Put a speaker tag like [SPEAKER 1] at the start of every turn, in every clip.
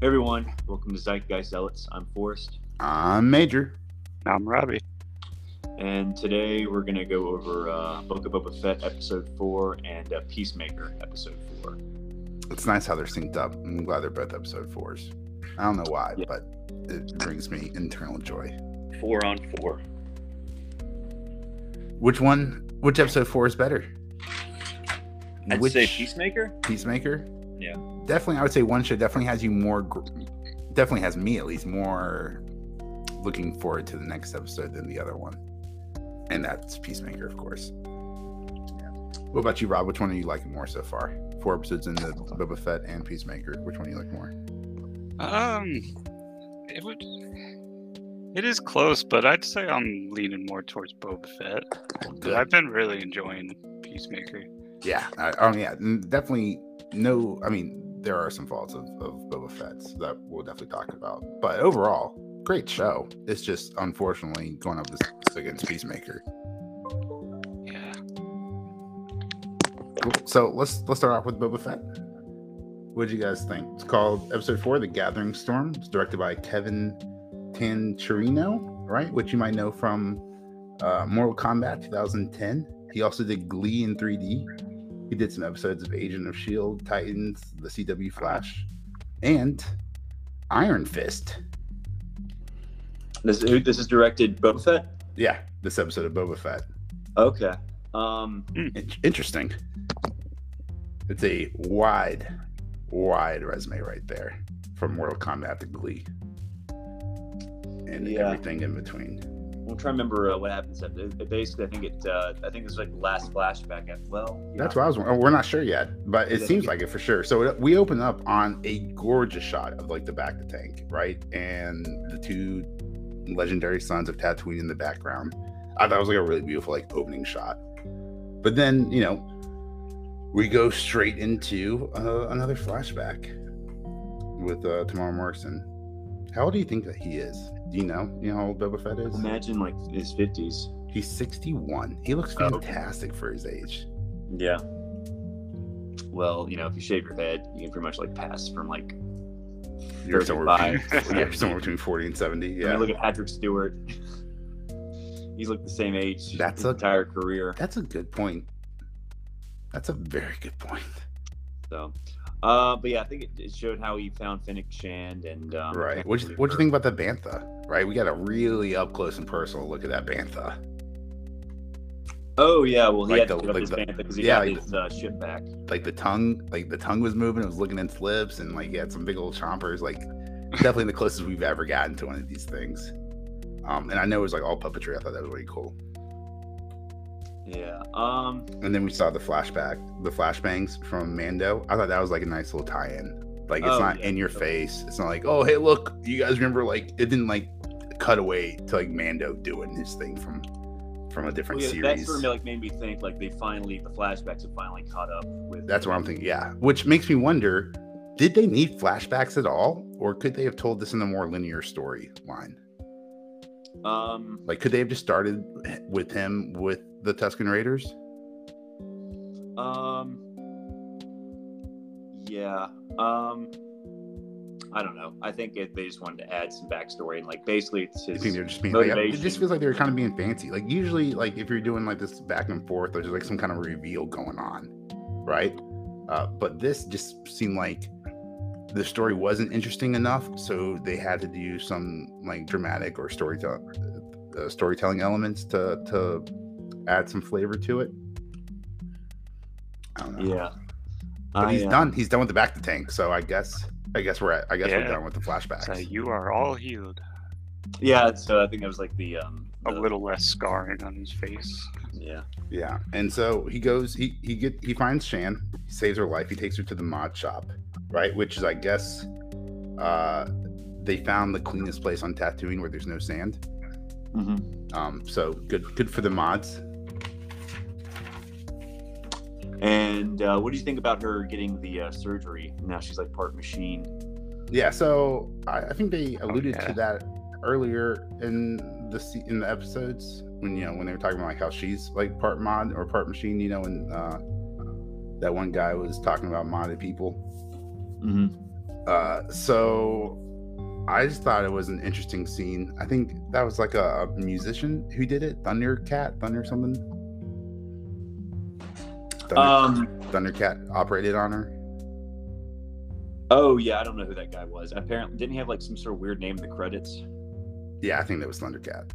[SPEAKER 1] Hey everyone, welcome to Zeitgeist Zealots. I'm Forrest,
[SPEAKER 2] I'm Major.
[SPEAKER 3] I'm Robbie.
[SPEAKER 1] and today we're going to go over uh, Book of Boba Fett Episode 4 and uh, Peacemaker Episode 4.
[SPEAKER 2] It's nice how they're synced up. I'm glad they're both episode fours. I don't know why,
[SPEAKER 1] Yeah.
[SPEAKER 2] but it brings me internal joy.
[SPEAKER 3] Four on four.
[SPEAKER 2] Which one? Which episode four is better?
[SPEAKER 3] I'd
[SPEAKER 2] which
[SPEAKER 3] say Peacemaker.
[SPEAKER 2] Peacemaker?
[SPEAKER 3] Yeah.
[SPEAKER 2] Definitely, I would say one show definitely has you more. gr- Definitely has me at least more looking forward to the next episode than the other one, and that's Peacemaker, of course. What about you, Rob? Which one are you liking more so far? Four episodes in the Boba Fett and Peacemaker. Which one do you like more?
[SPEAKER 3] Um, it would. It is close, but I'd say I'm leaning more towards Boba Fett. 'cause I've been really enjoying Peacemaker.
[SPEAKER 2] Yeah. I, oh, yeah. n- Definitely no. I mean, there are some faults of, of Boba Fett's that we'll definitely talk about. But overall, great show. It's just unfortunately going up this against Peacemaker.
[SPEAKER 3] Yeah.
[SPEAKER 2] Cool. So let's let's start off with Boba Fett. What do you guys think? It's called Episode Four: The Gathering Storm. It's directed by Kevin Tancherino, right? Which you might know from uh, Mortal Kombat 2010. He also did Glee in 3D. He did some episodes of Agent of Shield, E Titans, the CW Flash, and Iron Fist.
[SPEAKER 1] This, this is directed Boba Fett?
[SPEAKER 2] Yeah, this episode of Boba Fett.
[SPEAKER 1] Okay. Um,
[SPEAKER 2] In- interesting. It's a wide, wide resume right there from Mortal Kombat to Glee and
[SPEAKER 1] Yeah.
[SPEAKER 2] everything in between.
[SPEAKER 1] I'm trying to remember uh, what happens. after- it- Basically, I think it. Uh, I think it's like the last flashback. At, well,
[SPEAKER 2] That's what I was wondering. We're not sure yet, but it
[SPEAKER 1] Yeah.
[SPEAKER 2] seems like it for sure. So it- we open up on a gorgeous shot of like the back of the tank, right? And the two legendary sons of Tatooine in the background. I thought it was like a really beautiful like opening shot. But then, you know, we go straight into uh, another flashback with uh, Tamar Morrison. How old do you think that he is? Do you know? You know how old Boba Fett is?
[SPEAKER 1] Imagine like his 50s.
[SPEAKER 2] He's 61. He looks
[SPEAKER 1] Oh.
[SPEAKER 2] fantastic for his age.
[SPEAKER 1] Yeah. Well, you know, if you shave your head, you can pretty much like pass from like
[SPEAKER 2] You're somewhere between
[SPEAKER 1] 35.
[SPEAKER 2] yeah, somewhere between 40 and 70.
[SPEAKER 1] I mean,
[SPEAKER 2] Yeah.
[SPEAKER 1] look at Patrick Stewart. He's like the same age.
[SPEAKER 2] That's
[SPEAKER 1] his
[SPEAKER 2] a-
[SPEAKER 1] entire career.
[SPEAKER 2] That's a good point. That's a very good point.
[SPEAKER 1] So, uh, but yeah, I think it, it showed how he found Finnick Shand and um,
[SPEAKER 2] right. What you, what you think about the Bantha? Right. We got a really up close and personal look at that Bantha.
[SPEAKER 1] Oh yeah, well he
[SPEAKER 2] Like
[SPEAKER 1] had to
[SPEAKER 2] the-
[SPEAKER 1] give up
[SPEAKER 2] like
[SPEAKER 1] his
[SPEAKER 2] the-
[SPEAKER 1] band because he
[SPEAKER 2] yeah,
[SPEAKER 1] got
[SPEAKER 2] like
[SPEAKER 1] his uh, ship back.
[SPEAKER 2] Like the tongue, like the tongue was moving. It was licking its lips, and like he had some big old chompers. Like definitely the closest we've ever gotten to one of these things. Um, and I know it was like all puppetry. I thought that was really cool.
[SPEAKER 1] Yeah. Um.
[SPEAKER 2] And then we saw the flashback, the flashbangs from Mando. I thought that was like a nice little tie-in. Like it's
[SPEAKER 1] Oh,
[SPEAKER 2] not
[SPEAKER 1] yeah.
[SPEAKER 2] in your face. It's not like, oh hey, look, you guys remember like it didn't like cut away to like Mando doing his thing from from a different
[SPEAKER 1] yeah, that
[SPEAKER 2] series.
[SPEAKER 1] sort of like made me think like they finally the flashbacks have finally caught up with.
[SPEAKER 2] That's what I'm thinking. Yeah. Which makes me wonder, did they need flashbacks at all? Or could they have told this in a more linear storyline?
[SPEAKER 1] Um.
[SPEAKER 2] Like could they have just started with him with the Tuscan Raiders?
[SPEAKER 1] Um. Yeah. Um. I don't know. I think it, they just wanted to add some backstory and like basically it's
[SPEAKER 2] I
[SPEAKER 1] his.
[SPEAKER 2] think they're just being like, it
[SPEAKER 1] Motivation.
[SPEAKER 2] just feels like they were kind of being fancy. Like usually, like if you're doing like this back and forth, there's like some kind of reveal going on, right? Uh, but this just seemed like the story wasn't interesting enough, so they had to do some like dramatic or storytelling uh, storytelling elements to to add some flavor to it. I don't know.
[SPEAKER 1] Yeah.
[SPEAKER 2] but
[SPEAKER 1] I,
[SPEAKER 2] he's
[SPEAKER 1] uh,
[SPEAKER 2] done. He's done with the back to tank, so I guess I guess we're at, I guess we're
[SPEAKER 3] Yeah.
[SPEAKER 2] done with the flashbacks.
[SPEAKER 3] So you are all healed.
[SPEAKER 1] Yeah, so I think that was like the um.
[SPEAKER 3] A
[SPEAKER 1] the-
[SPEAKER 3] little less scarring on his face.
[SPEAKER 1] Yeah.
[SPEAKER 2] Yeah, and so he goes. He he get he finds Shan, he saves her life. He takes her to the mod shop, right? Which is, I guess, uh, they found the cleanest place on Tatooine where there's no sand. Um, so good good for the mods.
[SPEAKER 1] And uh, what do you think about her getting the uh, surgery? Now she's like part machine.
[SPEAKER 2] Yeah, so I, I think they alluded
[SPEAKER 3] yeah.
[SPEAKER 2] to that earlier in the se- in the episodes when you know when they were talking about like how she's like part mod or part machine. You know, and uh, that one guy was talking about modded people.
[SPEAKER 1] Mm-hmm.
[SPEAKER 2] Uh, so I just thought it was an interesting scene. I think that was like a, a musician who did it, Thundercat, Thunder something. Thunder,
[SPEAKER 1] Um.
[SPEAKER 2] Thundercat operated on her.
[SPEAKER 1] Oh yeah, I don't know who that guy was. Apparently, didn't he have like some sort of weird name in the credits?
[SPEAKER 2] Yeah, I think that was Thundercat.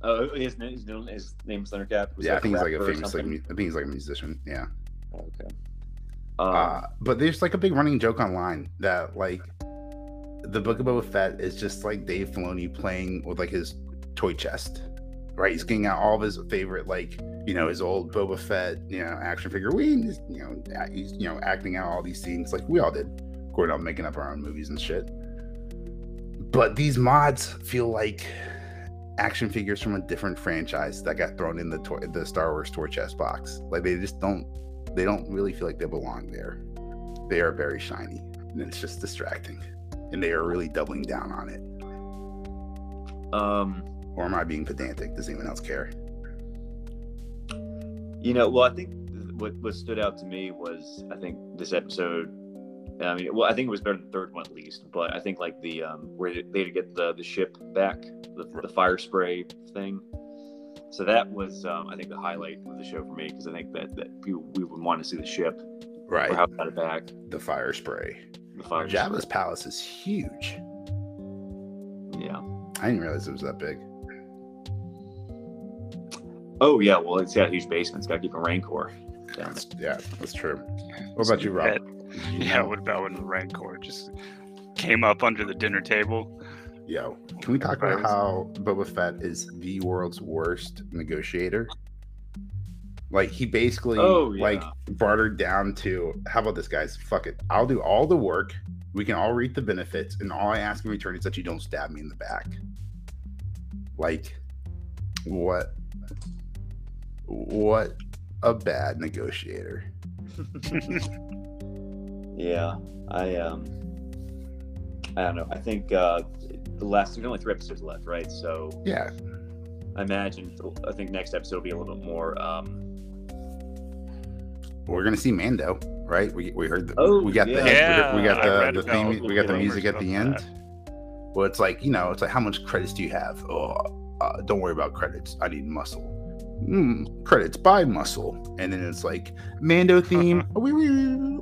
[SPEAKER 1] Oh, his name, his name, his name's Thundercat. Was
[SPEAKER 2] yeah,
[SPEAKER 1] he
[SPEAKER 2] I think he's like a
[SPEAKER 1] rapper or
[SPEAKER 2] famous like
[SPEAKER 1] something? Oh,
[SPEAKER 2] mu- I think he's like a musician. Yeah.
[SPEAKER 1] Okay.
[SPEAKER 2] Uh,
[SPEAKER 1] Um,
[SPEAKER 2] but there's like a big running joke online that like the Book of Boba Fett is just like Dave Filoni playing with like his toy chest, right? He's getting out all of his favorite like you know his old Boba Fett you know action figure. We just, you know act- he's you know acting out all these scenes like we all did, growing up making up our own movies and shit. But these mods feel like action figures from a different franchise that got thrown in the toy, the Star Wars toy chest box. Like they just don't they don't really feel like they belong there. They are very shiny, and it's just distracting. And they are really doubling down on it. Ah.
[SPEAKER 1] um,
[SPEAKER 2] Or am I being pedantic? Does anyone else care?
[SPEAKER 1] You know, well, I think th- what what stood out to me was I think this episode. I mean, well, I think it was better than the third one at least, but I think like the um where they they had to get the the ship back, the, the fire spray thing. So that was um, I think the highlight of the show for me because I think that that people, we would want to see the ship or how
[SPEAKER 2] Right.
[SPEAKER 1] it got it back.
[SPEAKER 2] The fire spray.
[SPEAKER 1] The fire.
[SPEAKER 2] Jabba's palace is huge.
[SPEAKER 1] spray. Yeah.
[SPEAKER 2] I didn't realize it was that big.
[SPEAKER 1] Oh yeah. Well, it's got a huge basement. It's got to keep a rancor. Down there.
[SPEAKER 2] That's, yeah, that's true. What about you, Rob? Did you
[SPEAKER 3] Yeah,
[SPEAKER 2] know-
[SPEAKER 3] what about when the Rancor just came up under the dinner table?
[SPEAKER 2] Yo, can we talk about
[SPEAKER 3] Everybody's-
[SPEAKER 2] how Boba Fett is the world's worst negotiator? Like he basically
[SPEAKER 1] Oh, yeah.
[SPEAKER 2] like bartered down to how about this guys? Fuck it. I'll do all the work. We can all reap the benefits, and all I ask in return is that you don't stab me in the back. Like what what a bad negotiator.
[SPEAKER 1] Yeah, I um, I don't know. I think uh, the last there's only three episodes left, right? So
[SPEAKER 2] Yeah.
[SPEAKER 1] I imagine I think next episode will be a little bit more. Um,
[SPEAKER 2] We're gonna see Mando, right? We, we heard the
[SPEAKER 1] Oh,
[SPEAKER 2] we got the
[SPEAKER 1] Yeah,
[SPEAKER 3] Yeah,
[SPEAKER 2] we got
[SPEAKER 3] I read
[SPEAKER 2] the, the
[SPEAKER 3] about
[SPEAKER 2] theme we got the
[SPEAKER 1] rumors
[SPEAKER 2] music at
[SPEAKER 3] about
[SPEAKER 2] the end.
[SPEAKER 3] that.
[SPEAKER 2] Well, it's like you know, it's like how much credits do you have? Oh, uh, don't worry about credits. I need muscle. Mm, credits by muscle, and then it's like Mando theme.
[SPEAKER 3] Uh-huh.
[SPEAKER 2] Wee wee.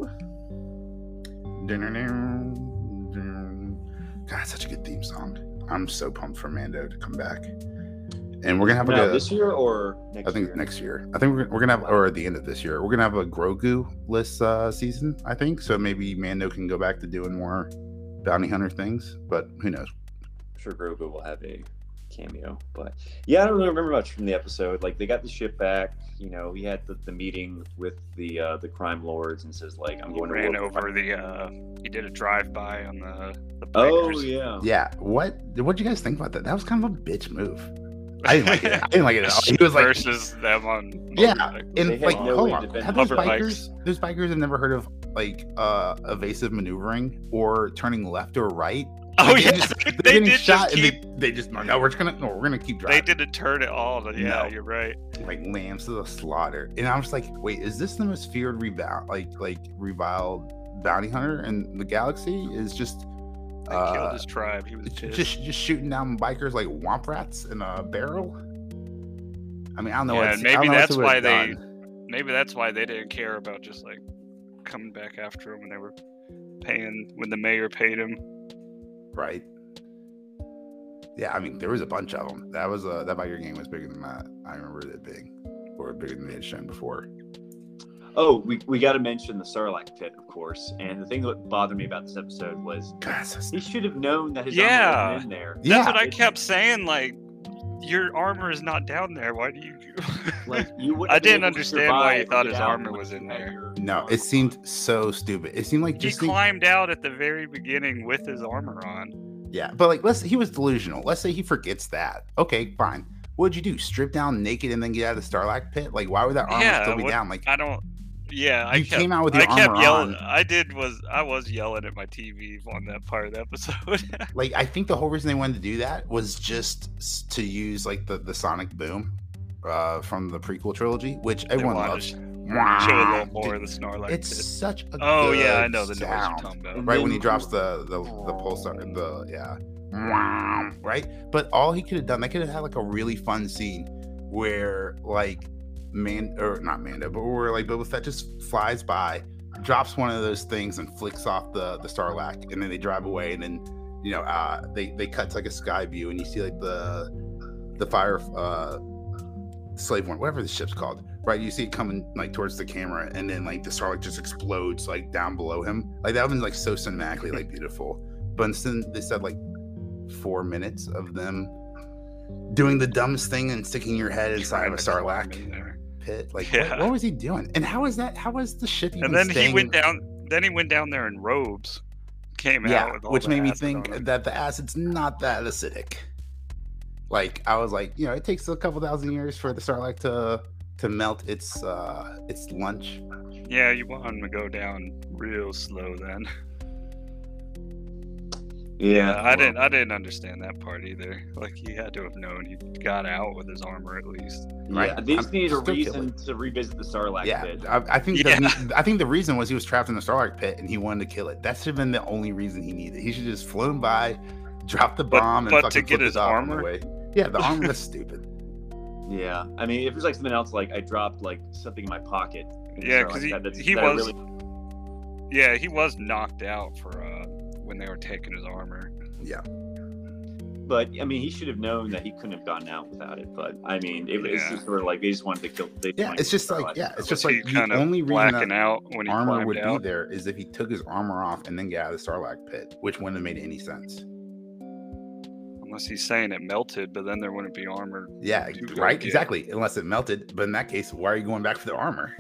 [SPEAKER 2] God, such a good theme song. I'm so pumped for Mando to come back, and we're gonna have
[SPEAKER 1] now
[SPEAKER 2] like a.
[SPEAKER 1] this year or next
[SPEAKER 2] I think
[SPEAKER 1] year?
[SPEAKER 2] next year. I think we're, we're gonna have, or at the end of this year, we're gonna have a Grogu list uh, season. I think so. Maybe Mando can go back to doing more bounty hunter things, but who knows?
[SPEAKER 1] I'm sure Grogu will have a cameo, but yeah, I don't really remember much from the episode. Like they got the ship back. You know, he had the, the meeting with the uh, the crime lords and says like, I'm
[SPEAKER 3] He
[SPEAKER 1] going to
[SPEAKER 3] ran
[SPEAKER 1] war-
[SPEAKER 3] over the. Uh, he did a drive by on the. the
[SPEAKER 1] Oh
[SPEAKER 3] bikers.
[SPEAKER 1] yeah.
[SPEAKER 2] Yeah. What? What do you guys think about that? That was kind of a bitch move. I didn't like it. I didn't like it. At all. He was like,
[SPEAKER 3] versus them on.
[SPEAKER 2] Yeah,
[SPEAKER 3] motorcycle.
[SPEAKER 1] They
[SPEAKER 2] and
[SPEAKER 1] had
[SPEAKER 2] like,
[SPEAKER 1] no
[SPEAKER 2] hold
[SPEAKER 1] way
[SPEAKER 2] on.
[SPEAKER 1] to defend
[SPEAKER 2] Have those
[SPEAKER 3] Hover
[SPEAKER 2] bikers? Those bikers have never heard of like uh evasive maneuvering or turning left or right.
[SPEAKER 3] Oh
[SPEAKER 2] Like,
[SPEAKER 3] yeah,
[SPEAKER 2] they, just,
[SPEAKER 3] they,
[SPEAKER 2] they're getting
[SPEAKER 3] did
[SPEAKER 2] shot,
[SPEAKER 3] just keep.
[SPEAKER 2] and they, they just no, no, we're just gonna, no, we're gonna keep
[SPEAKER 3] They
[SPEAKER 2] driving.
[SPEAKER 3] did a turn at all. but
[SPEAKER 2] No.
[SPEAKER 3] Yeah, you're right.
[SPEAKER 2] like lambs to the slaughter. And I was like, wait, is this the most feared revile like like reviled bounty hunter in the galaxy? Is just
[SPEAKER 3] They killed
[SPEAKER 2] uh,
[SPEAKER 3] his tribe. He was
[SPEAKER 2] j-
[SPEAKER 3] pissed.
[SPEAKER 2] just just shooting down bikers like womp rats in a barrel? I mean, I don't know.
[SPEAKER 3] Yeah,
[SPEAKER 2] what
[SPEAKER 3] and
[SPEAKER 2] I don't
[SPEAKER 3] maybe
[SPEAKER 2] know what
[SPEAKER 3] that's
[SPEAKER 2] they would've
[SPEAKER 3] why they-
[SPEAKER 2] done.
[SPEAKER 3] Maybe that's why they didn't care about just like coming back after him when they were paying when the mayor paid him.
[SPEAKER 2] right. Yeah, I mean, there was a bunch of them. That was uh, that biker game was bigger than that. I remember it being, or bigger than they had shown before.
[SPEAKER 1] Oh, we, we got to mention the Sarlacc pit, of course. And the thing that bothered me about this episode was
[SPEAKER 2] God, that's-
[SPEAKER 1] he should have known that his
[SPEAKER 3] Yeah.
[SPEAKER 1] armor was in there.
[SPEAKER 3] That's
[SPEAKER 2] yeah,
[SPEAKER 3] what I
[SPEAKER 1] It's-
[SPEAKER 3] kept saying. Like, your armor is not down there. Why do you?
[SPEAKER 1] Like you wouldn't
[SPEAKER 3] I
[SPEAKER 1] have been able
[SPEAKER 3] didn't
[SPEAKER 1] to
[SPEAKER 3] understand why
[SPEAKER 1] survive
[SPEAKER 3] he
[SPEAKER 1] or
[SPEAKER 3] thought
[SPEAKER 1] get
[SPEAKER 3] his
[SPEAKER 1] out
[SPEAKER 3] armor
[SPEAKER 1] once
[SPEAKER 3] was
[SPEAKER 1] you
[SPEAKER 3] in
[SPEAKER 1] had
[SPEAKER 3] there.
[SPEAKER 1] your
[SPEAKER 2] no,
[SPEAKER 1] armor
[SPEAKER 2] it
[SPEAKER 1] on.
[SPEAKER 2] seemed so stupid. It seemed like
[SPEAKER 3] he
[SPEAKER 2] just think-
[SPEAKER 3] climbed out at the very beginning with his armor on.
[SPEAKER 2] Yeah, but like, let's he was delusional. Let's say he forgets that. Okay, fine. What'd you do? Strip down naked and then get out of the Starlack pit? Like, why would that armor
[SPEAKER 3] Yeah,
[SPEAKER 2] still be
[SPEAKER 3] what-
[SPEAKER 2] down? Like,
[SPEAKER 3] I don't. Yeah, I
[SPEAKER 2] you
[SPEAKER 3] kept.
[SPEAKER 2] came out with your
[SPEAKER 3] I kept
[SPEAKER 2] armor
[SPEAKER 3] yelling.
[SPEAKER 2] on.
[SPEAKER 3] I did was I was yelling at my TV on that part of the episode.
[SPEAKER 2] Like, I think the whole reason they wanted to do that was just s- to use like the the sonic boom uh, from the prequel trilogy, which
[SPEAKER 3] They
[SPEAKER 2] everyone
[SPEAKER 3] wanted
[SPEAKER 2] loves.
[SPEAKER 3] to- show a little more of the Snorlax.
[SPEAKER 2] It's
[SPEAKER 3] did.
[SPEAKER 2] such a
[SPEAKER 3] oh yeah,
[SPEAKER 2] good
[SPEAKER 3] I know the noise you're
[SPEAKER 2] sound.
[SPEAKER 3] talking about.
[SPEAKER 1] And
[SPEAKER 2] right
[SPEAKER 1] then-
[SPEAKER 2] when he drops the the, the pulsar the yeah Wow, right but all he could have done they could have had like a really fun scene where like man or not mando but where like boba fett just flies by drops one of those things and flicks off the the starlac and then they drive away and then you know uh they they cut to like a sky view and you see like the the fire uh slave one whatever the ship's called right you see it coming like towards the camera and then like the starlight just explodes like down below him like that was like so cinematically like beautiful but instead they said like four minutes of them doing the dumbest thing and sticking your head inside of a
[SPEAKER 3] Trying to climb in
[SPEAKER 2] sarlacc
[SPEAKER 3] there.
[SPEAKER 2] pit like
[SPEAKER 3] Yeah.
[SPEAKER 2] what, what was he doing and how is that how was the ship even
[SPEAKER 3] And then
[SPEAKER 2] staying-
[SPEAKER 3] he went down. Then he went down there in robes. Came out,
[SPEAKER 2] yeah
[SPEAKER 3] with all
[SPEAKER 2] which
[SPEAKER 3] the
[SPEAKER 2] made me
[SPEAKER 3] acid
[SPEAKER 2] think
[SPEAKER 3] on him.
[SPEAKER 2] that the acid's not that acidic like i was like you know it takes a couple thousand years for the starlight to to melt its uh its lunch
[SPEAKER 3] Yeah, you want him to go down real slow then. Uh,
[SPEAKER 1] Yeah,
[SPEAKER 3] I didn't. I didn't understand that part either. Like he had to have known he got out with his armor at least.
[SPEAKER 2] right
[SPEAKER 1] Yeah, these
[SPEAKER 2] I'm
[SPEAKER 1] need a
[SPEAKER 2] still killing.
[SPEAKER 1] reason to revisit the Sarlacc
[SPEAKER 2] yeah,
[SPEAKER 1] pit.
[SPEAKER 2] I, I think
[SPEAKER 3] Yeah.
[SPEAKER 2] The, I think the reason was he was trapped in the Starlight pit and he wanted to kill it. That should have been the only reason he needed. He should have just flown by, dropped the
[SPEAKER 3] But-
[SPEAKER 2] bomb,
[SPEAKER 3] but
[SPEAKER 2] and
[SPEAKER 3] to
[SPEAKER 2] fucking
[SPEAKER 3] get
[SPEAKER 2] flipped
[SPEAKER 3] his
[SPEAKER 2] it off on the
[SPEAKER 3] armor?
[SPEAKER 2] way. Yeah, the armor was stupid.
[SPEAKER 1] Yeah, I mean, if it was like something else, like I dropped like something in my pocket. in the
[SPEAKER 3] Yeah,
[SPEAKER 1] Sarlacc
[SPEAKER 3] 'cause he-
[SPEAKER 1] pit, that-
[SPEAKER 3] he
[SPEAKER 1] that
[SPEAKER 3] was-
[SPEAKER 1] really,
[SPEAKER 3] Yeah, he was knocked out for uh, when they were taking his armor.
[SPEAKER 1] but I mean, he should have known that he couldn't have gotten out without it. But I mean, it, it's
[SPEAKER 3] Yeah.
[SPEAKER 1] just sort of like they just wanted to kill. They just
[SPEAKER 2] Yeah,
[SPEAKER 1] wanted
[SPEAKER 2] it's
[SPEAKER 1] to
[SPEAKER 2] just
[SPEAKER 1] kill
[SPEAKER 2] like
[SPEAKER 1] Sarlacc.
[SPEAKER 2] yeah, it's
[SPEAKER 3] Was
[SPEAKER 2] just
[SPEAKER 3] he
[SPEAKER 2] like the
[SPEAKER 3] kinda
[SPEAKER 2] only reason
[SPEAKER 3] blacking
[SPEAKER 2] that
[SPEAKER 3] out when he
[SPEAKER 2] armor
[SPEAKER 3] climbed
[SPEAKER 2] would
[SPEAKER 3] out.
[SPEAKER 2] be there is if he took his armor off and then got out of the Starlight pit, which wouldn't have made any sense.
[SPEAKER 3] Unless he's saying it melted, but then there wouldn't be armor.
[SPEAKER 2] Yeah,
[SPEAKER 3] Too good,
[SPEAKER 2] right,
[SPEAKER 3] yeah.
[SPEAKER 2] exactly. Unless it melted, but in that case, why are you going back for the armor?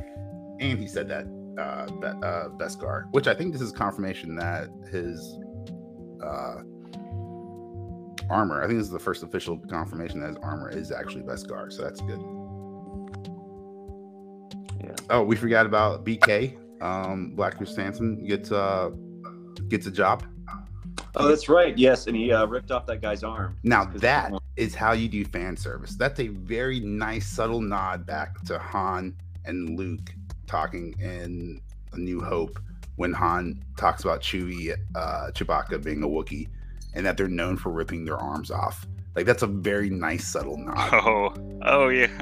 [SPEAKER 2] And he said that uh, Be- uh Beskar, which I think this is confirmation that his uh armor. I think this is the first official confirmation that his armor is actually Beskar, so that's good.
[SPEAKER 1] Yeah.
[SPEAKER 2] Oh, we forgot about BK. Um, Black Chris Sanson gets uh gets a job.
[SPEAKER 1] Oh, that's right. Yes, and he uh, ripped off that guy's arm.
[SPEAKER 2] Now
[SPEAKER 1] 'Cause-
[SPEAKER 2] that is how you do fan service. That's a very nice, subtle nod back to Han and Luke talking in A New Hope when Han talks about Chewie, uh, Chewbacca being a Wookiee, and that they're known for ripping their arms off. Like that's a very nice, subtle nod.
[SPEAKER 3] Oh, oh yeah.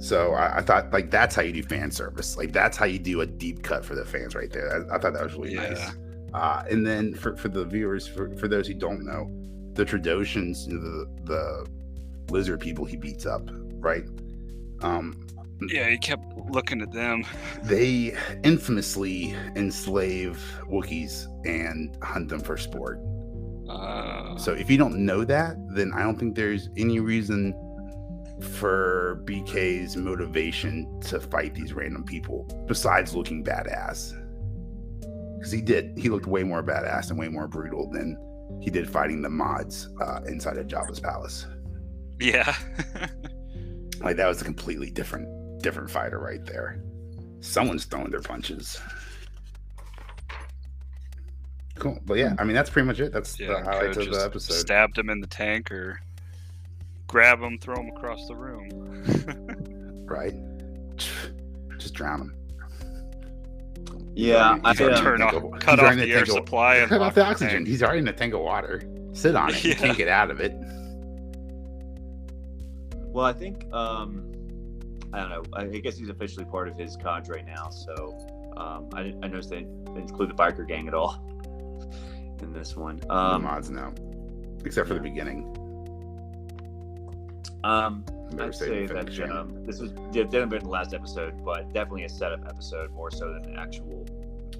[SPEAKER 2] So I, I thought like that's how you do fan service. Like that's how you do a deep cut for the fans right there. I, I thought that was really
[SPEAKER 3] Yeah.
[SPEAKER 2] nice. Uh, and then for, for the viewers, for, for those who don't know, the Tradotians, the the lizard people he beats up, right? Um,
[SPEAKER 3] Yeah, he kept looking at them.
[SPEAKER 2] they infamously enslave Wookiees and hunt them for sport.
[SPEAKER 3] Uh,
[SPEAKER 2] So if you don't know that, then I don't think there's any reason for BK's motivation to fight these random people besides looking badass. Because he did, he looked way more badass and way more brutal than he did fighting the mods uh, inside of Jabba's palace.
[SPEAKER 3] yeah.
[SPEAKER 2] Like that was a completely different, different fighter right there. Someone's throwing their punches. Cool, but yeah, I mean that's pretty much it. That's
[SPEAKER 3] yeah.
[SPEAKER 2] the highlights
[SPEAKER 3] could
[SPEAKER 2] of the
[SPEAKER 3] just
[SPEAKER 2] episode.
[SPEAKER 3] Stabbed him in the tank or grab him, throw him across the room.
[SPEAKER 2] right? Just drown him.
[SPEAKER 1] yeah, I,
[SPEAKER 2] He's already
[SPEAKER 1] uh,
[SPEAKER 2] in
[SPEAKER 3] Turn
[SPEAKER 2] tank
[SPEAKER 3] off,
[SPEAKER 2] of-
[SPEAKER 3] cut
[SPEAKER 2] he's
[SPEAKER 3] off
[SPEAKER 2] already in
[SPEAKER 3] the
[SPEAKER 2] a
[SPEAKER 3] air
[SPEAKER 2] tank of-
[SPEAKER 3] supply and
[SPEAKER 2] Cut
[SPEAKER 3] lock
[SPEAKER 2] off the
[SPEAKER 3] tank.
[SPEAKER 2] oxygen. He's already in a tank of water. Sit on it. You
[SPEAKER 3] Yeah.
[SPEAKER 2] can't get out of it.
[SPEAKER 1] well, I think um, I don't know. I I guess he's officially part of his cadre now. So um, I, didn't- I noticed they didn't include the biker gang at all in this one.
[SPEAKER 2] the
[SPEAKER 1] Um,
[SPEAKER 2] mods now, except for the beginning.
[SPEAKER 1] um,
[SPEAKER 2] Better
[SPEAKER 1] I'd
[SPEAKER 2] save
[SPEAKER 1] say
[SPEAKER 2] it for next
[SPEAKER 1] that
[SPEAKER 2] year.
[SPEAKER 1] um, this was yeah, definitely been the last episode, but definitely a setup episode more so than an actual.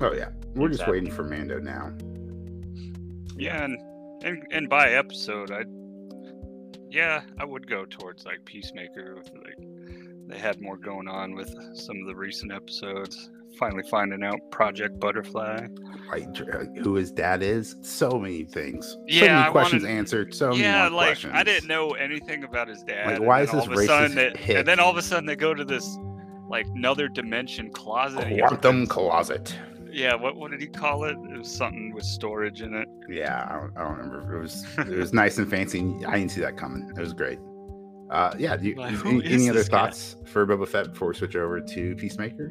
[SPEAKER 2] oh yeah, we're just
[SPEAKER 1] Exactly.
[SPEAKER 2] waiting for Mando now.
[SPEAKER 3] Yeah, and, and and by episode, I yeah, I would go towards like Peacemaker. With, like they had more going on with some of the recent episodes. Finally finding out Project Butterfly.
[SPEAKER 2] Like dr- uh, who his dad is. So many things. so
[SPEAKER 3] Yeah,
[SPEAKER 2] many
[SPEAKER 3] I
[SPEAKER 2] questions
[SPEAKER 3] wanted-
[SPEAKER 2] answered. So many
[SPEAKER 3] yeah,
[SPEAKER 2] more
[SPEAKER 3] like
[SPEAKER 2] questions.
[SPEAKER 3] I didn't know anything about his dad.
[SPEAKER 2] Like,
[SPEAKER 3] and
[SPEAKER 2] why
[SPEAKER 3] then
[SPEAKER 2] is this
[SPEAKER 3] all of a sudden
[SPEAKER 2] racist
[SPEAKER 3] they-
[SPEAKER 2] hick?
[SPEAKER 3] And then all of a sudden they go to this like another dimension closet. and he opens-
[SPEAKER 2] Quantum closet.
[SPEAKER 3] Yeah, what what did he call it? It was something with storage in it.
[SPEAKER 2] Yeah, I don't, I don't remember. It was it was nice and fancy. and I didn't see that coming. It was great. Uh, yeah. Do you,
[SPEAKER 3] Like, who
[SPEAKER 2] any
[SPEAKER 3] is
[SPEAKER 2] any other
[SPEAKER 3] this guy?
[SPEAKER 2] thoughts for Boba Fett before we switch over to Peacemaker?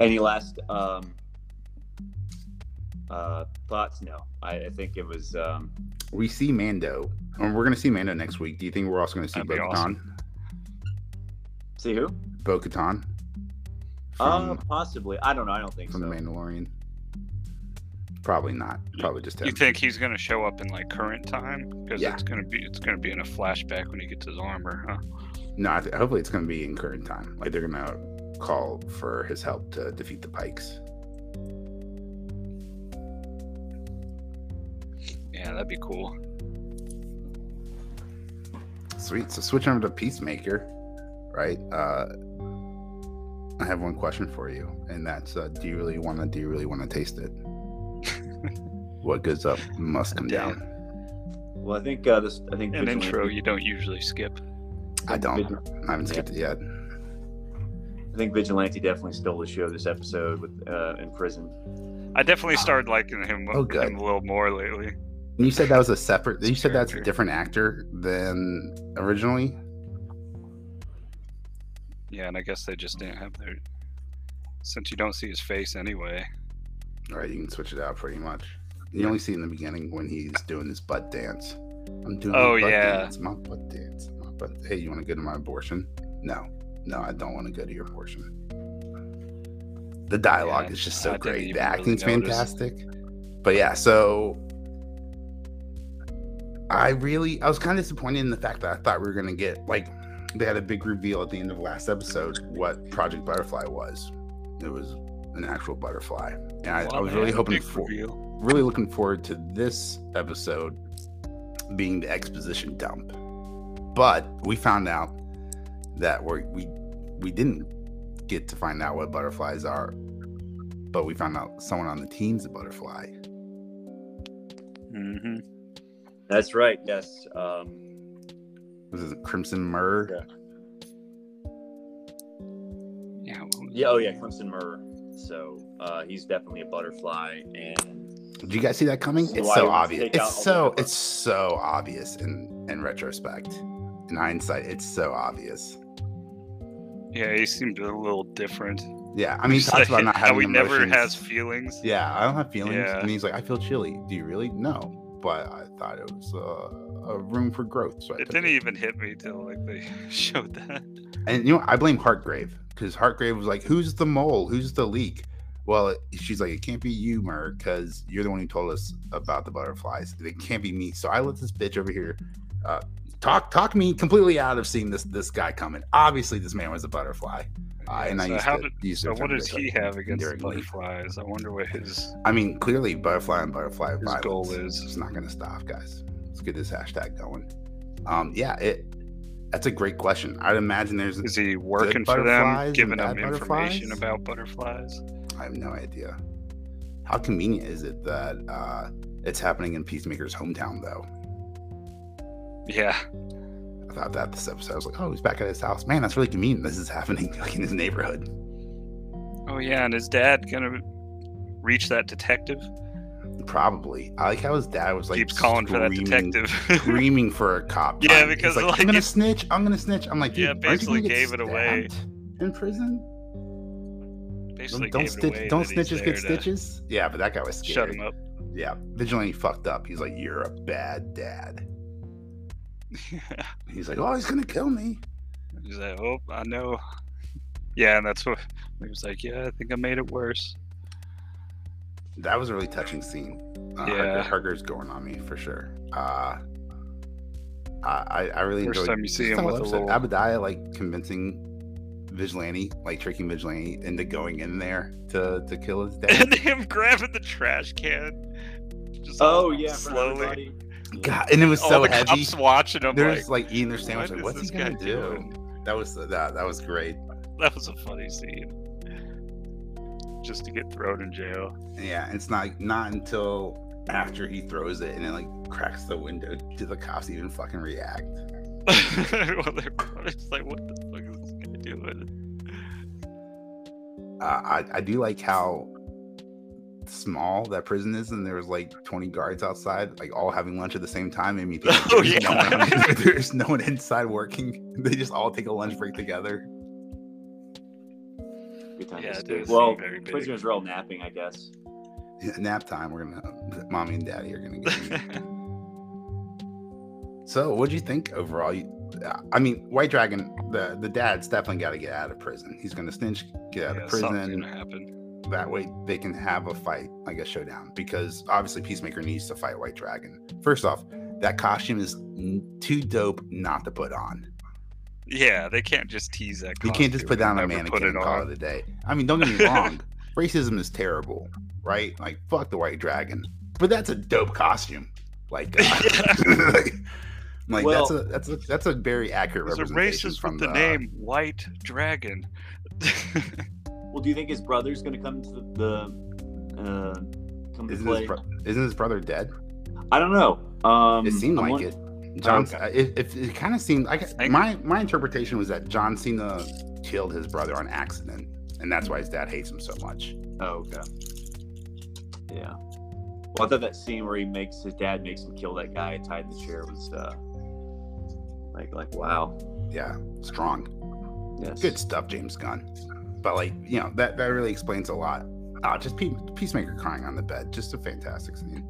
[SPEAKER 1] Any last um, uh, thoughts? No, I, I think it was. Um,
[SPEAKER 2] We see Mando, and we're gonna see Mando next week. Do you think we're also gonna see
[SPEAKER 3] That'd be
[SPEAKER 2] Bo-Katan?
[SPEAKER 3] awesome.
[SPEAKER 1] see who?
[SPEAKER 2] Bo-Katan from,
[SPEAKER 1] Uh, possibly. I don't know. I don't think
[SPEAKER 2] from the
[SPEAKER 1] so.
[SPEAKER 2] Mandalorian? Probably not. Probably just him.
[SPEAKER 3] You think he's gonna show up in like current time? Because
[SPEAKER 2] Yeah.
[SPEAKER 3] it's gonna be it's gonna be in a flashback when he gets his armor, huh?
[SPEAKER 2] No, I th- hopefully it's going to be in current time. Like they're going to call for his help to defeat the Pikes.
[SPEAKER 3] Yeah, that'd be cool.
[SPEAKER 2] Sweet. So switch over to Peacemaker, right? Uh, I have one question for you, and that's: uh, Do you really want to? Do you really want to taste it? what goes up must come
[SPEAKER 3] Damn.
[SPEAKER 2] down.
[SPEAKER 1] Well, I think uh, this. I think
[SPEAKER 3] An
[SPEAKER 1] Vigilante-
[SPEAKER 3] intro you don't usually skip.
[SPEAKER 2] I don't.
[SPEAKER 1] Vigil-
[SPEAKER 2] I haven't skipped it yet.
[SPEAKER 1] I think Vigilante definitely stole the show this episode with uh, in prison.
[SPEAKER 3] I definitely started liking him,
[SPEAKER 2] Ah. Oh, good.
[SPEAKER 3] him a little more lately.
[SPEAKER 2] You said that was a separate. You said that's a
[SPEAKER 3] Character.
[SPEAKER 2] different actor than originally.
[SPEAKER 3] Yeah, and I guess they just didn't have their since you don't see his face anyway.
[SPEAKER 2] All right, you can switch it out pretty much. You only see in the beginning when he's doing his butt dance. I'm doing
[SPEAKER 3] Oh,
[SPEAKER 2] my butt
[SPEAKER 3] yeah.
[SPEAKER 2] dance, my butt dance, my butt. Hey, you want to go to my abortion? No, no, I don't want to go to your abortion. The dialogue
[SPEAKER 3] Yeah,
[SPEAKER 2] is just
[SPEAKER 3] I
[SPEAKER 2] so
[SPEAKER 3] didn't
[SPEAKER 2] great.
[SPEAKER 3] even
[SPEAKER 2] The
[SPEAKER 3] really
[SPEAKER 2] acting's
[SPEAKER 3] notice.
[SPEAKER 2] fantastic. But yeah, so I really, I was kind of disappointed in the fact that I thought we were gonna get like they had a big reveal at the end of last episode what Project Butterfly was. It was an actual butterfly, and I, I
[SPEAKER 3] Well,
[SPEAKER 2] was
[SPEAKER 3] man,
[SPEAKER 2] really hoping
[SPEAKER 3] big
[SPEAKER 2] for
[SPEAKER 3] reveal.
[SPEAKER 2] really looking forward to this episode being the exposition dump. But we found out that we we we didn't get to find out what butterflies are, but we found out someone on the team's a butterfly.
[SPEAKER 3] hmm
[SPEAKER 1] That's right. Yes. Um,
[SPEAKER 2] This is Crimson Myrrh.
[SPEAKER 1] Yeah.
[SPEAKER 3] Yeah. what was-
[SPEAKER 1] yeah. Oh yeah. Crimson Murr. So uh, he's definitely a butterfly, and
[SPEAKER 2] Did you guys see that coming?
[SPEAKER 1] So
[SPEAKER 2] It's
[SPEAKER 1] why
[SPEAKER 2] so
[SPEAKER 1] would you
[SPEAKER 2] obvious.
[SPEAKER 1] take out
[SPEAKER 2] It's
[SPEAKER 1] all
[SPEAKER 2] so
[SPEAKER 1] the-
[SPEAKER 2] it's so obvious in in retrospect, in hindsight. It's so obvious.
[SPEAKER 3] Yeah, he seemed a little different.
[SPEAKER 2] Yeah, I mean, he talks about not
[SPEAKER 3] how
[SPEAKER 2] having
[SPEAKER 3] he never
[SPEAKER 2] emotions.
[SPEAKER 3] has feelings.
[SPEAKER 2] Yeah, I don't have feelings.
[SPEAKER 3] Yeah.
[SPEAKER 2] And he's like, I feel chilly. Do you really? No. But I thought it was uh, a room for growth. So I
[SPEAKER 3] It
[SPEAKER 2] took
[SPEAKER 3] didn't even hit me till like they showed that.
[SPEAKER 2] And you know, I blame Hartgrave because Hartgrave was like, "Who's the mole? Who's the leak?" Well, it- she's like, "It can't be you, Mer, because you're the one who told us about the butterflies. It can't be me." So I let this bitch over here uh, talk talk me completely out of seeing this this guy coming. Obviously, this man was a butterfly. Uh, and I
[SPEAKER 3] so
[SPEAKER 2] used
[SPEAKER 3] how
[SPEAKER 2] to,
[SPEAKER 3] did,
[SPEAKER 2] used to
[SPEAKER 3] so what
[SPEAKER 2] defend
[SPEAKER 3] does
[SPEAKER 2] it, like,
[SPEAKER 3] he have against the
[SPEAKER 2] endearingly.
[SPEAKER 3] butterflies? I wonder what his
[SPEAKER 2] I mean, clearly, butterfly and butterfly
[SPEAKER 3] his
[SPEAKER 2] violence.
[SPEAKER 3] goal
[SPEAKER 2] It's
[SPEAKER 3] is.
[SPEAKER 2] not going to stop, guys. Let's get this hashtag going. Um, yeah, it. That's a great question. I'd imagine there's.
[SPEAKER 3] Is he working for
[SPEAKER 2] butterflies
[SPEAKER 3] them,
[SPEAKER 2] and
[SPEAKER 3] giving them
[SPEAKER 2] bad
[SPEAKER 3] information
[SPEAKER 2] butterflies?
[SPEAKER 3] about butterflies?
[SPEAKER 2] I have no idea. How convenient is it that uh, it's happening in Peacemaker's hometown, though?
[SPEAKER 3] Yeah,
[SPEAKER 2] I thought that this episode I was like, oh, he's back at his house. Man, that's really convenient. This is happening like in his neighborhood.
[SPEAKER 3] Oh yeah, and his dad gonna reach that detective?
[SPEAKER 2] Probably. I like how his dad was like
[SPEAKER 3] Keeps calling for that
[SPEAKER 2] screaming-
[SPEAKER 3] detective.
[SPEAKER 2] screaming for a cop.
[SPEAKER 3] Yeah,
[SPEAKER 2] time. He's
[SPEAKER 3] because,
[SPEAKER 2] I'm
[SPEAKER 3] like,
[SPEAKER 2] gonna
[SPEAKER 3] it-
[SPEAKER 2] snitch. I'm gonna snitch. I'm like,
[SPEAKER 3] Yeah,
[SPEAKER 2] "Dude, aren't you gonna
[SPEAKER 3] basically
[SPEAKER 2] get
[SPEAKER 3] gave it away.
[SPEAKER 2] stabbed In prison,
[SPEAKER 3] Basically
[SPEAKER 2] don't
[SPEAKER 3] gave it away
[SPEAKER 2] stitch, don't
[SPEAKER 3] that he's
[SPEAKER 2] snitches
[SPEAKER 3] there
[SPEAKER 2] get
[SPEAKER 3] to
[SPEAKER 2] stitches. Yeah, but that guy was scared.
[SPEAKER 3] Shut him up.
[SPEAKER 2] Yeah, vigilante fucked up. He's like, you're a bad dad. He's like, oh, he's gonna kill me.
[SPEAKER 3] he's like, oh, I know. Yeah, and that's what he was like. Yeah, I think I made it worse.
[SPEAKER 2] That was a really touching scene. Uh,
[SPEAKER 3] Yeah.
[SPEAKER 2] Harger, Harger's going on me for sure. Uh, I- I I really
[SPEAKER 3] First
[SPEAKER 2] enjoyed.
[SPEAKER 3] time you see
[SPEAKER 2] this
[SPEAKER 3] him
[SPEAKER 2] whole
[SPEAKER 3] with a
[SPEAKER 2] episode.
[SPEAKER 3] little-
[SPEAKER 2] Abadiah like convincing vigilante, like tricking vigilante into going in there to to kill his dad.
[SPEAKER 3] and him grabbing the trash can. Just
[SPEAKER 1] oh yeah, for
[SPEAKER 3] slowly.
[SPEAKER 1] everybody.
[SPEAKER 2] God, and it was
[SPEAKER 3] All
[SPEAKER 2] so
[SPEAKER 3] the
[SPEAKER 2] heavy.
[SPEAKER 3] cops watching him.
[SPEAKER 2] They're
[SPEAKER 3] Like,
[SPEAKER 2] just like eating their sandwich.
[SPEAKER 3] "What
[SPEAKER 2] Like, what's he
[SPEAKER 3] is this
[SPEAKER 2] gonna
[SPEAKER 3] guy
[SPEAKER 2] do?
[SPEAKER 3] doing?"
[SPEAKER 2] That was uh, that that was great.
[SPEAKER 3] that was a funny scene. Just to get thrown in jail.
[SPEAKER 2] Yeah, and it's not not until after he throws it and it like cracks the window do the cops even fucking react.
[SPEAKER 3] well, they're probably just like, what the fuck is this guy doing?
[SPEAKER 2] Uh, I I do like how small that prison is, and there was like 20 guards outside, like all having lunch at the same time, made me think
[SPEAKER 3] Oh,
[SPEAKER 2] there's, no
[SPEAKER 3] yeah.
[SPEAKER 2] one, there's no one inside working. They just all take a lunch break together.
[SPEAKER 1] Good time
[SPEAKER 3] Yeah,
[SPEAKER 1] to
[SPEAKER 3] it
[SPEAKER 1] stay.
[SPEAKER 3] does
[SPEAKER 1] Well,
[SPEAKER 3] seem very busy.
[SPEAKER 1] prisoners are all napping, I guess.
[SPEAKER 2] Nap time. We're gonna, mommy and daddy are gonna get. me. so, what'd you think overall? You, I mean, White Dragon, the the dad's definitely got to get out of prison. He's gonna snitch, get out
[SPEAKER 3] Yeah,
[SPEAKER 2] of
[SPEAKER 3] something's
[SPEAKER 2] prison.
[SPEAKER 3] gonna happen.
[SPEAKER 2] that way they can have a fight, like a showdown, because obviously Peacemaker needs to fight White Dragon. First off, that costume is n- too dope not to put on.
[SPEAKER 3] Yeah, they can't just tease that.
[SPEAKER 2] You can't just
[SPEAKER 3] costume
[SPEAKER 2] put down a
[SPEAKER 3] and never
[SPEAKER 2] mannequin
[SPEAKER 3] put it
[SPEAKER 2] and call
[SPEAKER 3] on.
[SPEAKER 2] it a day. I mean, don't get me wrong, racism is terrible, right? Like, fuck the White Dragon, but that's a dope costume. Like, uh, like, like,
[SPEAKER 1] Well-
[SPEAKER 2] that's a that's a that's a very accurate
[SPEAKER 3] There's a
[SPEAKER 2] representation
[SPEAKER 3] racist
[SPEAKER 2] from
[SPEAKER 3] with the, name White Dragon.
[SPEAKER 1] Well, do you think his brother's going to come to the, the uh, come to
[SPEAKER 2] Isn't
[SPEAKER 1] play?
[SPEAKER 2] his, bro- isn't his brother dead?
[SPEAKER 1] I don't know. Um,
[SPEAKER 2] it seemed
[SPEAKER 1] I
[SPEAKER 2] like
[SPEAKER 1] want-
[SPEAKER 2] it. John, it, it, it kind of seemed like
[SPEAKER 3] Thank-
[SPEAKER 2] my my interpretation was that John Cena killed his brother on accident, and that's why his dad hates him so much.
[SPEAKER 1] Oh, okay. Yeah. Well, I thought that scene where he makes his dad makes him kill that guy tied to the chair was uh, like like wow.
[SPEAKER 2] Yeah, strong,
[SPEAKER 1] Yes.
[SPEAKER 2] good stuff, James Gunn. But like you know that that really explains a lot. Ah, just Pe- Peacemaker crying on the bed, just a fantastic scene.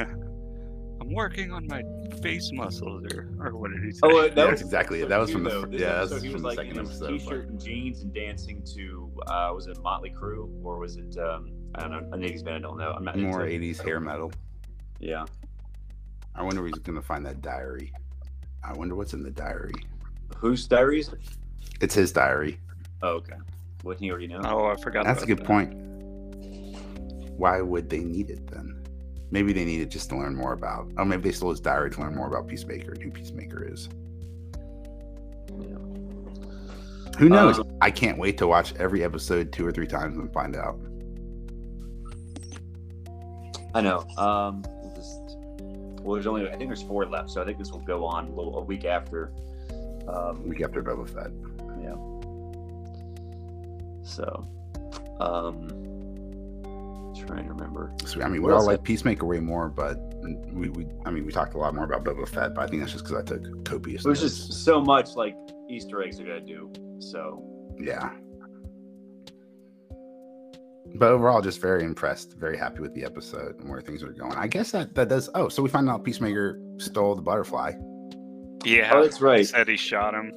[SPEAKER 3] I'm working on my face muscles, or, or what did he say?
[SPEAKER 1] Oh, uh, that
[SPEAKER 2] Yeah,
[SPEAKER 1] was
[SPEAKER 2] that's exactly it. That was from the
[SPEAKER 1] Though.
[SPEAKER 2] fir-
[SPEAKER 1] This
[SPEAKER 2] yeah, that
[SPEAKER 1] episode,
[SPEAKER 2] was
[SPEAKER 1] he was
[SPEAKER 2] from the
[SPEAKER 1] like
[SPEAKER 2] second
[SPEAKER 1] in his
[SPEAKER 2] episode, but-
[SPEAKER 1] t-shirt and jeans and dancing to uh, was it Motley Crue or was it um, I don't know an eighties band? I don't know. I'm not
[SPEAKER 2] More
[SPEAKER 1] into it.
[SPEAKER 2] '80s hair metal.
[SPEAKER 1] Yeah.
[SPEAKER 2] I wonder where he's gonna find that diary. I wonder what's in the diary.
[SPEAKER 1] Whose diary is it?
[SPEAKER 2] It's his diary.
[SPEAKER 1] Oh, okay. Wouldn't he already know?
[SPEAKER 3] oh, I forgot.
[SPEAKER 2] That's a
[SPEAKER 3] about
[SPEAKER 2] good
[SPEAKER 3] that.
[SPEAKER 2] point. Why would they need it then? Maybe they need it just to learn more about. Oh, maybe they stole his diary to learn more about Peacemaker and who Peacemaker is.
[SPEAKER 1] Yeah.
[SPEAKER 2] Who knows?
[SPEAKER 1] Um,
[SPEAKER 2] I can't wait to watch every episode two or three times and find out.
[SPEAKER 1] I know. Um, we'll just well, there's only I think there's four left, so I think this will go on a, little, a week after. Um,
[SPEAKER 2] Week after Boba Fett.
[SPEAKER 1] yeah. So, um, trying to remember.
[SPEAKER 2] So, I mean,
[SPEAKER 1] What
[SPEAKER 2] we all
[SPEAKER 1] else
[SPEAKER 2] like Peacemaker way more, but we, we, I mean, we talked a lot more about Boba Fett, but I think that's just because I took copious.
[SPEAKER 1] There's
[SPEAKER 2] notes.
[SPEAKER 1] just so much like Easter eggs they gotta do. So
[SPEAKER 2] yeah. But overall, just very impressed, very happy with the episode and where things are going. I guess that that does. Oh, so we find out Peacemaker stole the butterfly.
[SPEAKER 3] Yeah,
[SPEAKER 1] Oh, that's right.
[SPEAKER 3] He said he shot him.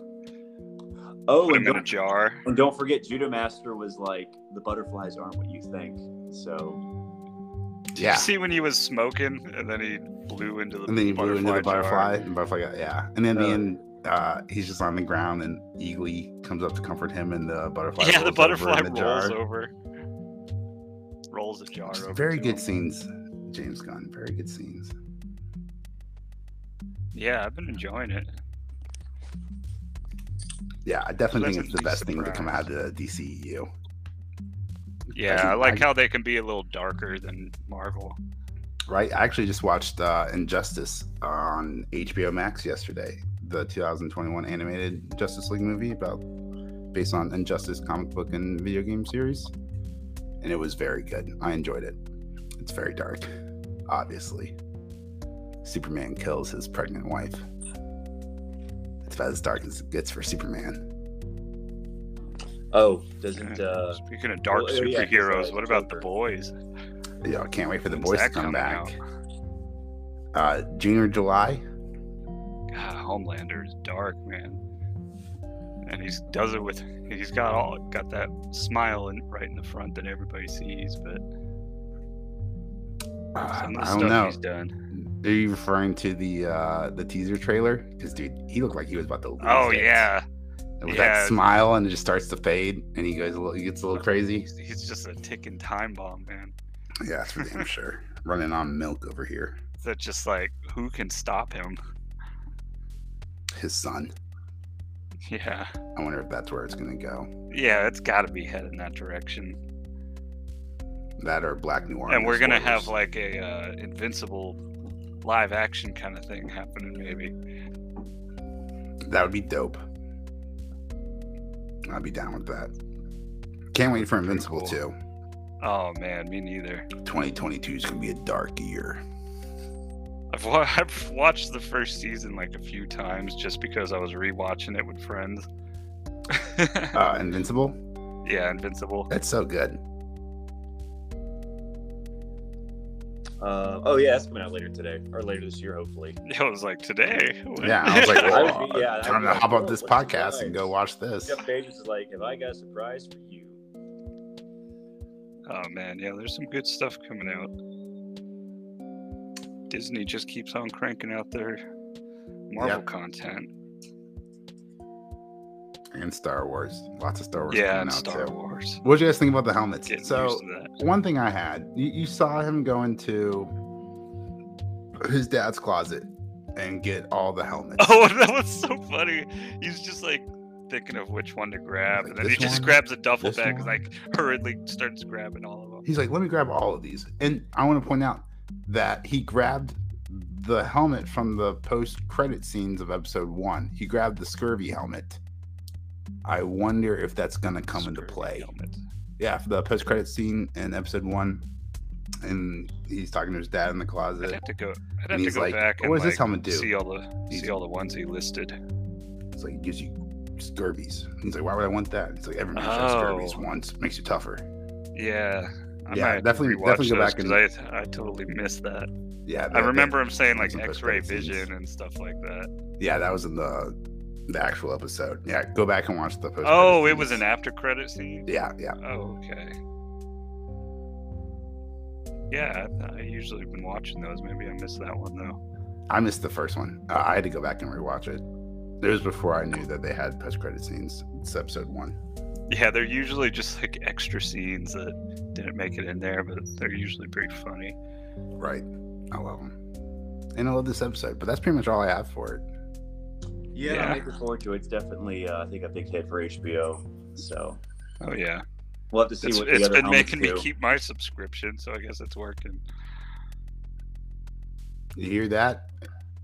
[SPEAKER 1] oh, and
[SPEAKER 3] Put him in a
[SPEAKER 1] don't,
[SPEAKER 3] jar.
[SPEAKER 1] and don't forget, Judo Master was like the butterflies aren't what you think. So
[SPEAKER 3] Did
[SPEAKER 2] Yeah.
[SPEAKER 3] you see when he was smoking, and then he blew into the
[SPEAKER 2] And then you blew into the
[SPEAKER 3] jar?
[SPEAKER 2] butterfly. And the butterfly got, yeah. And then
[SPEAKER 1] Oh.
[SPEAKER 2] the end, uh, he's just on the ground, and Eagly comes up to comfort him, and the butterfly.
[SPEAKER 3] Yeah, the
[SPEAKER 2] rolls
[SPEAKER 3] butterfly
[SPEAKER 2] over in the
[SPEAKER 3] rolls
[SPEAKER 2] jar.
[SPEAKER 3] over. Rolls a jar
[SPEAKER 2] Just
[SPEAKER 3] over.
[SPEAKER 2] Very
[SPEAKER 3] to
[SPEAKER 2] good
[SPEAKER 3] him.
[SPEAKER 2] scenes, James Gunn. Very good scenes.
[SPEAKER 3] Yeah, I've been enjoying it.
[SPEAKER 2] Yeah, I definitely think it's the
[SPEAKER 3] Pleasantly
[SPEAKER 2] best thing to come out of E the DCEU.
[SPEAKER 3] Yeah,
[SPEAKER 2] I-
[SPEAKER 3] I like
[SPEAKER 2] I-
[SPEAKER 3] how they can be a little darker than Marvel.
[SPEAKER 2] right? I actually just watched uh, Injustice on HBO Max yesterday, the 2021 animated Justice League movie about based on Injustice comic book and video game series, and it was very good. I enjoyed it. It's very dark, obviously. Superman kills his pregnant wife. It's about as dark as it gets for Superman.
[SPEAKER 1] oh, doesn't uh,
[SPEAKER 3] Speaking of dark
[SPEAKER 2] oh,
[SPEAKER 1] well, yeah,
[SPEAKER 2] uh,
[SPEAKER 1] yeah,
[SPEAKER 3] superheroes,
[SPEAKER 1] sorry,
[SPEAKER 3] what about the
[SPEAKER 1] Joker.
[SPEAKER 3] boys?
[SPEAKER 2] Yeah, I can't wait for the
[SPEAKER 3] When's
[SPEAKER 2] boys to
[SPEAKER 3] that
[SPEAKER 2] come
[SPEAKER 3] coming
[SPEAKER 2] back. Uh, June or July?
[SPEAKER 3] God, Homelander is dark, man. And he's does it with he's got all got that smile in, right in the front that everybody sees, but
[SPEAKER 2] Uh,
[SPEAKER 3] some of the
[SPEAKER 2] I
[SPEAKER 3] stuff
[SPEAKER 2] don't know.
[SPEAKER 3] he's done.
[SPEAKER 2] Are you referring to the uh the teaser trailer? Because dude, he looked like he was about to. Lose
[SPEAKER 3] Oh
[SPEAKER 2] it.
[SPEAKER 3] yeah,
[SPEAKER 2] And with
[SPEAKER 3] yeah.
[SPEAKER 2] that smile, and it just starts to fade, and he goes, a little, he gets a little crazy.
[SPEAKER 3] he's, he's just a ticking time bomb, man.
[SPEAKER 2] Yeah, that's for damn sure. Running on milk over here,
[SPEAKER 3] That just like who can stop him?
[SPEAKER 2] his son.
[SPEAKER 3] Yeah,
[SPEAKER 2] I wonder if that's where it's gonna go.
[SPEAKER 3] yeah, it's got to be heading that direction.
[SPEAKER 2] That or Black New Orleans.
[SPEAKER 3] and we're gonna have like a uh, invincible live action kind of thing happening maybe
[SPEAKER 2] that would be dope. I'd be down with that. Can't wait for Invincible
[SPEAKER 3] cool.
[SPEAKER 2] too.
[SPEAKER 3] Oh man, me neither.
[SPEAKER 2] 2022 is gonna be a dark year.
[SPEAKER 3] I've, wa- I've watched the first season like a few times just because I was rewatching it with friends.
[SPEAKER 2] Uh, Invincible.
[SPEAKER 3] yeah, Invincible.
[SPEAKER 2] That's so good.
[SPEAKER 1] Uh, oh yeah, that's coming out later today or later this year, hopefully.
[SPEAKER 3] It was like today.
[SPEAKER 2] Yeah, I was like,
[SPEAKER 1] I would
[SPEAKER 2] well,
[SPEAKER 1] be- yeah, I'd
[SPEAKER 2] time
[SPEAKER 1] be
[SPEAKER 2] to
[SPEAKER 1] like,
[SPEAKER 2] hop
[SPEAKER 1] oh,
[SPEAKER 2] up this
[SPEAKER 1] what's the
[SPEAKER 2] podcast and go
[SPEAKER 1] price?
[SPEAKER 2] watch this.
[SPEAKER 1] Jeff Bezos is like, "Have I got a surprise for you?"
[SPEAKER 3] Oh man, yeah, there's some good stuff coming out. Disney just keeps on cranking out their Marvel
[SPEAKER 2] Yep.
[SPEAKER 3] content.
[SPEAKER 2] And Star Wars, lots of Star Wars.
[SPEAKER 3] yeah,
[SPEAKER 2] coming
[SPEAKER 3] and
[SPEAKER 2] out,
[SPEAKER 3] Star
[SPEAKER 2] too.
[SPEAKER 3] Wars.
[SPEAKER 2] What do you guys think about the helmets?
[SPEAKER 3] Getting used
[SPEAKER 2] so
[SPEAKER 3] to that.
[SPEAKER 2] one thing I had, you, you saw him go into his dad's closet and get all the helmets.
[SPEAKER 3] Oh, that was so funny. He's just like thinking of which one to grab,
[SPEAKER 2] Like
[SPEAKER 3] and then he
[SPEAKER 2] this
[SPEAKER 3] just
[SPEAKER 2] one?
[SPEAKER 3] grabs a duffel
[SPEAKER 2] This
[SPEAKER 3] bag and
[SPEAKER 2] one?
[SPEAKER 3] like hurriedly starts grabbing all of them.
[SPEAKER 2] He's like, let me grab all of these. And I want to point out that he grabbed the helmet from the post credit scenes of episode one. He grabbed the scurvy helmet. I wonder if that's going to come into
[SPEAKER 3] Screw the
[SPEAKER 2] play.
[SPEAKER 3] helmet.
[SPEAKER 2] Yeah, for the post credit scene in episode one. And he's talking to his dad in the
[SPEAKER 3] I'd
[SPEAKER 2] closet.
[SPEAKER 3] have to go. I'd
[SPEAKER 2] And
[SPEAKER 3] have to
[SPEAKER 2] he's
[SPEAKER 3] go
[SPEAKER 2] like,
[SPEAKER 3] back and
[SPEAKER 2] what does this
[SPEAKER 3] like,
[SPEAKER 2] helmet do?
[SPEAKER 3] see all the
[SPEAKER 2] He's-
[SPEAKER 3] see all the ones he listed.
[SPEAKER 2] It's like, it gives you scurvies. He's like, why would I want that? It's like, everyone should
[SPEAKER 3] Oh.
[SPEAKER 2] have scurvies once, makes you tougher.
[SPEAKER 3] Yeah, I
[SPEAKER 2] Yeah,
[SPEAKER 3] might
[SPEAKER 2] definitely-
[SPEAKER 3] rewatch
[SPEAKER 2] definitely go
[SPEAKER 3] those
[SPEAKER 2] back and-
[SPEAKER 3] 'cause I I totally missed that.
[SPEAKER 2] Yeah.
[SPEAKER 3] I
[SPEAKER 2] that-
[SPEAKER 3] remember him saying like
[SPEAKER 2] some
[SPEAKER 3] X-ray
[SPEAKER 2] post-credit scenes.
[SPEAKER 3] vision and stuff like that.
[SPEAKER 2] Yeah, that was in the the actual episode. Yeah, go back and watch the post.
[SPEAKER 3] Oh, it was an after credit scene.
[SPEAKER 2] Yeah, yeah.
[SPEAKER 3] Oh, okay. Yeah, I, I usually been watching those. Maybe I missed that one though.
[SPEAKER 2] I missed the first one. Uh, I had to go back and rewatch it. It was before I knew that they had post credit scenes. It's episode one.
[SPEAKER 3] Yeah, they're usually just like extra scenes that didn't make it in there, but they're usually pretty funny.
[SPEAKER 2] Right. I love them. And I love this episode, but that's pretty much all I have for it.
[SPEAKER 1] Yeah,
[SPEAKER 3] Yeah.
[SPEAKER 1] I'm looking forward to it. It's definitely, uh, I think, a big hit for HBO. So
[SPEAKER 3] Oh yeah,
[SPEAKER 1] we'll have to see
[SPEAKER 3] it's,
[SPEAKER 1] what the
[SPEAKER 3] it's
[SPEAKER 1] other
[SPEAKER 3] been
[SPEAKER 1] elements
[SPEAKER 3] making me
[SPEAKER 1] do.
[SPEAKER 3] keep my subscription, so I guess it's working.
[SPEAKER 2] You hear that?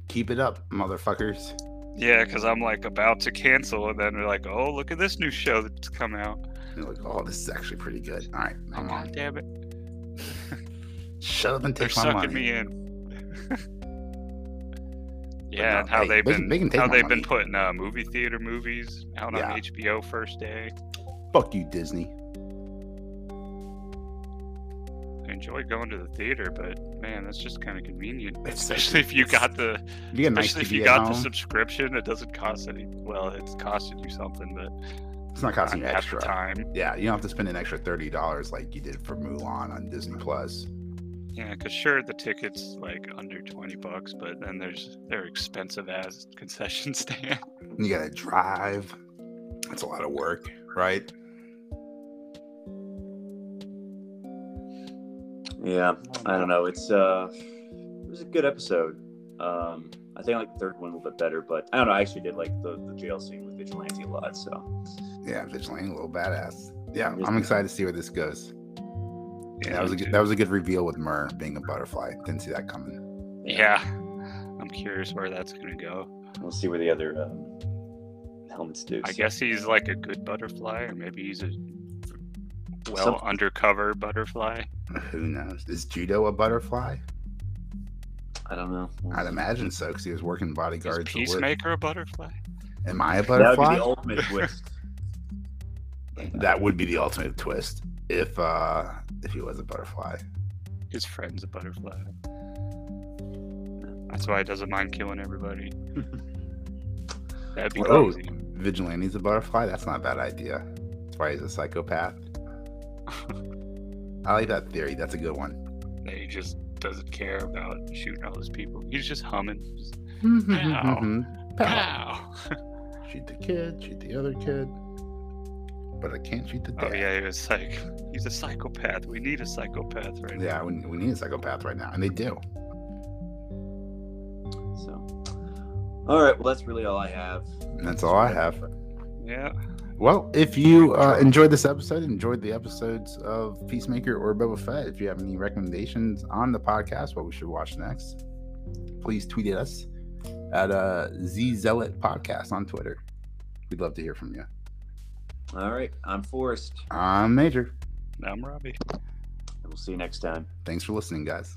[SPEAKER 2] Keep it up, motherfuckers.
[SPEAKER 3] Yeah, because I'm like about to cancel, and then they're like, "Oh, look at this new show that's come out."
[SPEAKER 2] And you're like, oh, this is actually pretty good. All right, I'm
[SPEAKER 3] God
[SPEAKER 2] on.
[SPEAKER 3] damn it,
[SPEAKER 2] Shut up and
[SPEAKER 3] they're
[SPEAKER 2] take my
[SPEAKER 3] sucking
[SPEAKER 2] money.
[SPEAKER 3] me in. yeah,
[SPEAKER 2] no,
[SPEAKER 3] and how
[SPEAKER 2] hey,
[SPEAKER 3] they've
[SPEAKER 2] they
[SPEAKER 3] been
[SPEAKER 2] can- they can take
[SPEAKER 3] how
[SPEAKER 2] my
[SPEAKER 3] they've been
[SPEAKER 2] money.
[SPEAKER 3] putting uh, movie theater movies out on
[SPEAKER 2] Yeah.
[SPEAKER 3] HBO first day.
[SPEAKER 2] Fuck you, Disney.
[SPEAKER 3] I enjoy going to the theater, but man, that's just kind of convenient.
[SPEAKER 2] It's so
[SPEAKER 3] Especially if you got the
[SPEAKER 2] You get a nice
[SPEAKER 3] especially if
[SPEAKER 2] TV
[SPEAKER 3] you
[SPEAKER 2] at
[SPEAKER 3] got the
[SPEAKER 2] home.
[SPEAKER 3] subscription, it doesn't cost any. Well, it's costing you something, but
[SPEAKER 2] it's not costing you
[SPEAKER 3] not half the
[SPEAKER 2] extra.
[SPEAKER 3] time.
[SPEAKER 2] Yeah, you don't have to spend an extra thirty dollars like you did for Mulan on Disney Plus.
[SPEAKER 3] Yeah, because sure, the tickets like under twenty bucks, but then there's they're expensive as concession stand.
[SPEAKER 2] You gotta drive. That's a lot of work, right?
[SPEAKER 1] Yeah, I don't know. It's uh, it was a good episode. Um, I think I like the third one a little bit better, but I don't know. I actually did like the, the jail scene with Vigilante a lot. So
[SPEAKER 2] Yeah, Vigilante, a little badass. Yeah,
[SPEAKER 1] Yes,
[SPEAKER 2] I'm
[SPEAKER 1] ma'am.
[SPEAKER 2] excited to see where this goes. Yeah, that was a
[SPEAKER 3] dude.
[SPEAKER 2] good, that was a good reveal with Myrrh being a butterfly. Didn't see that coming.
[SPEAKER 3] Yeah, I'm curious where that's gonna go.
[SPEAKER 1] we'll see where the other um, helmets do.
[SPEAKER 3] I
[SPEAKER 1] So-
[SPEAKER 3] guess he's like a good butterfly, or maybe he's a well
[SPEAKER 1] Some-
[SPEAKER 3] undercover butterfly.
[SPEAKER 2] Who knows? Is Judo a butterfly?
[SPEAKER 1] I don't know.
[SPEAKER 2] I'd imagine so, because he was working
[SPEAKER 3] Is
[SPEAKER 2] bodyguards. at work.
[SPEAKER 3] Peacemaker a butterfly?
[SPEAKER 2] Am I a
[SPEAKER 1] that would be
[SPEAKER 2] butterfly?
[SPEAKER 1] the ultimate twist.
[SPEAKER 2] that would be the ultimate twist if uh if he was a butterfly.
[SPEAKER 3] His friend's a butterfly. That's why he doesn't mind killing everybody. That'd be
[SPEAKER 2] Whoa.
[SPEAKER 3] crazy.
[SPEAKER 2] Vigilante's a butterfly. That's not a bad idea. That's why he's a psychopath. I like that theory. That's a good one.
[SPEAKER 3] That he just doesn't care about shooting all those people. He's just humming. Just, Pow.
[SPEAKER 2] Mhm. Pow.
[SPEAKER 3] Pow!
[SPEAKER 2] Mm-hmm. Shoot the kid. Shoot the other kid. But I can't shoot the dad.
[SPEAKER 3] Oh yeah, he was like, he's a psychopath. We need a psychopath right now.
[SPEAKER 2] Yeah, we, we need a psychopath right now, and they do.
[SPEAKER 1] So, all right. Well, that's really all I have.
[SPEAKER 2] And that's all I have.
[SPEAKER 3] Yeah.
[SPEAKER 2] Well, if you uh, enjoyed this episode, enjoyed the episodes of Peacemaker or Boba Fett, if you have any recommendations on the podcast, what we should watch next, please tweet at us at uh, Zealot Podcast on Twitter. We'd love to hear from you.
[SPEAKER 1] All right. I'm Forrest.
[SPEAKER 2] I'm Major.
[SPEAKER 3] Now I'm Robbie.
[SPEAKER 1] and we'll see you next time.
[SPEAKER 2] Thanks for listening, guys.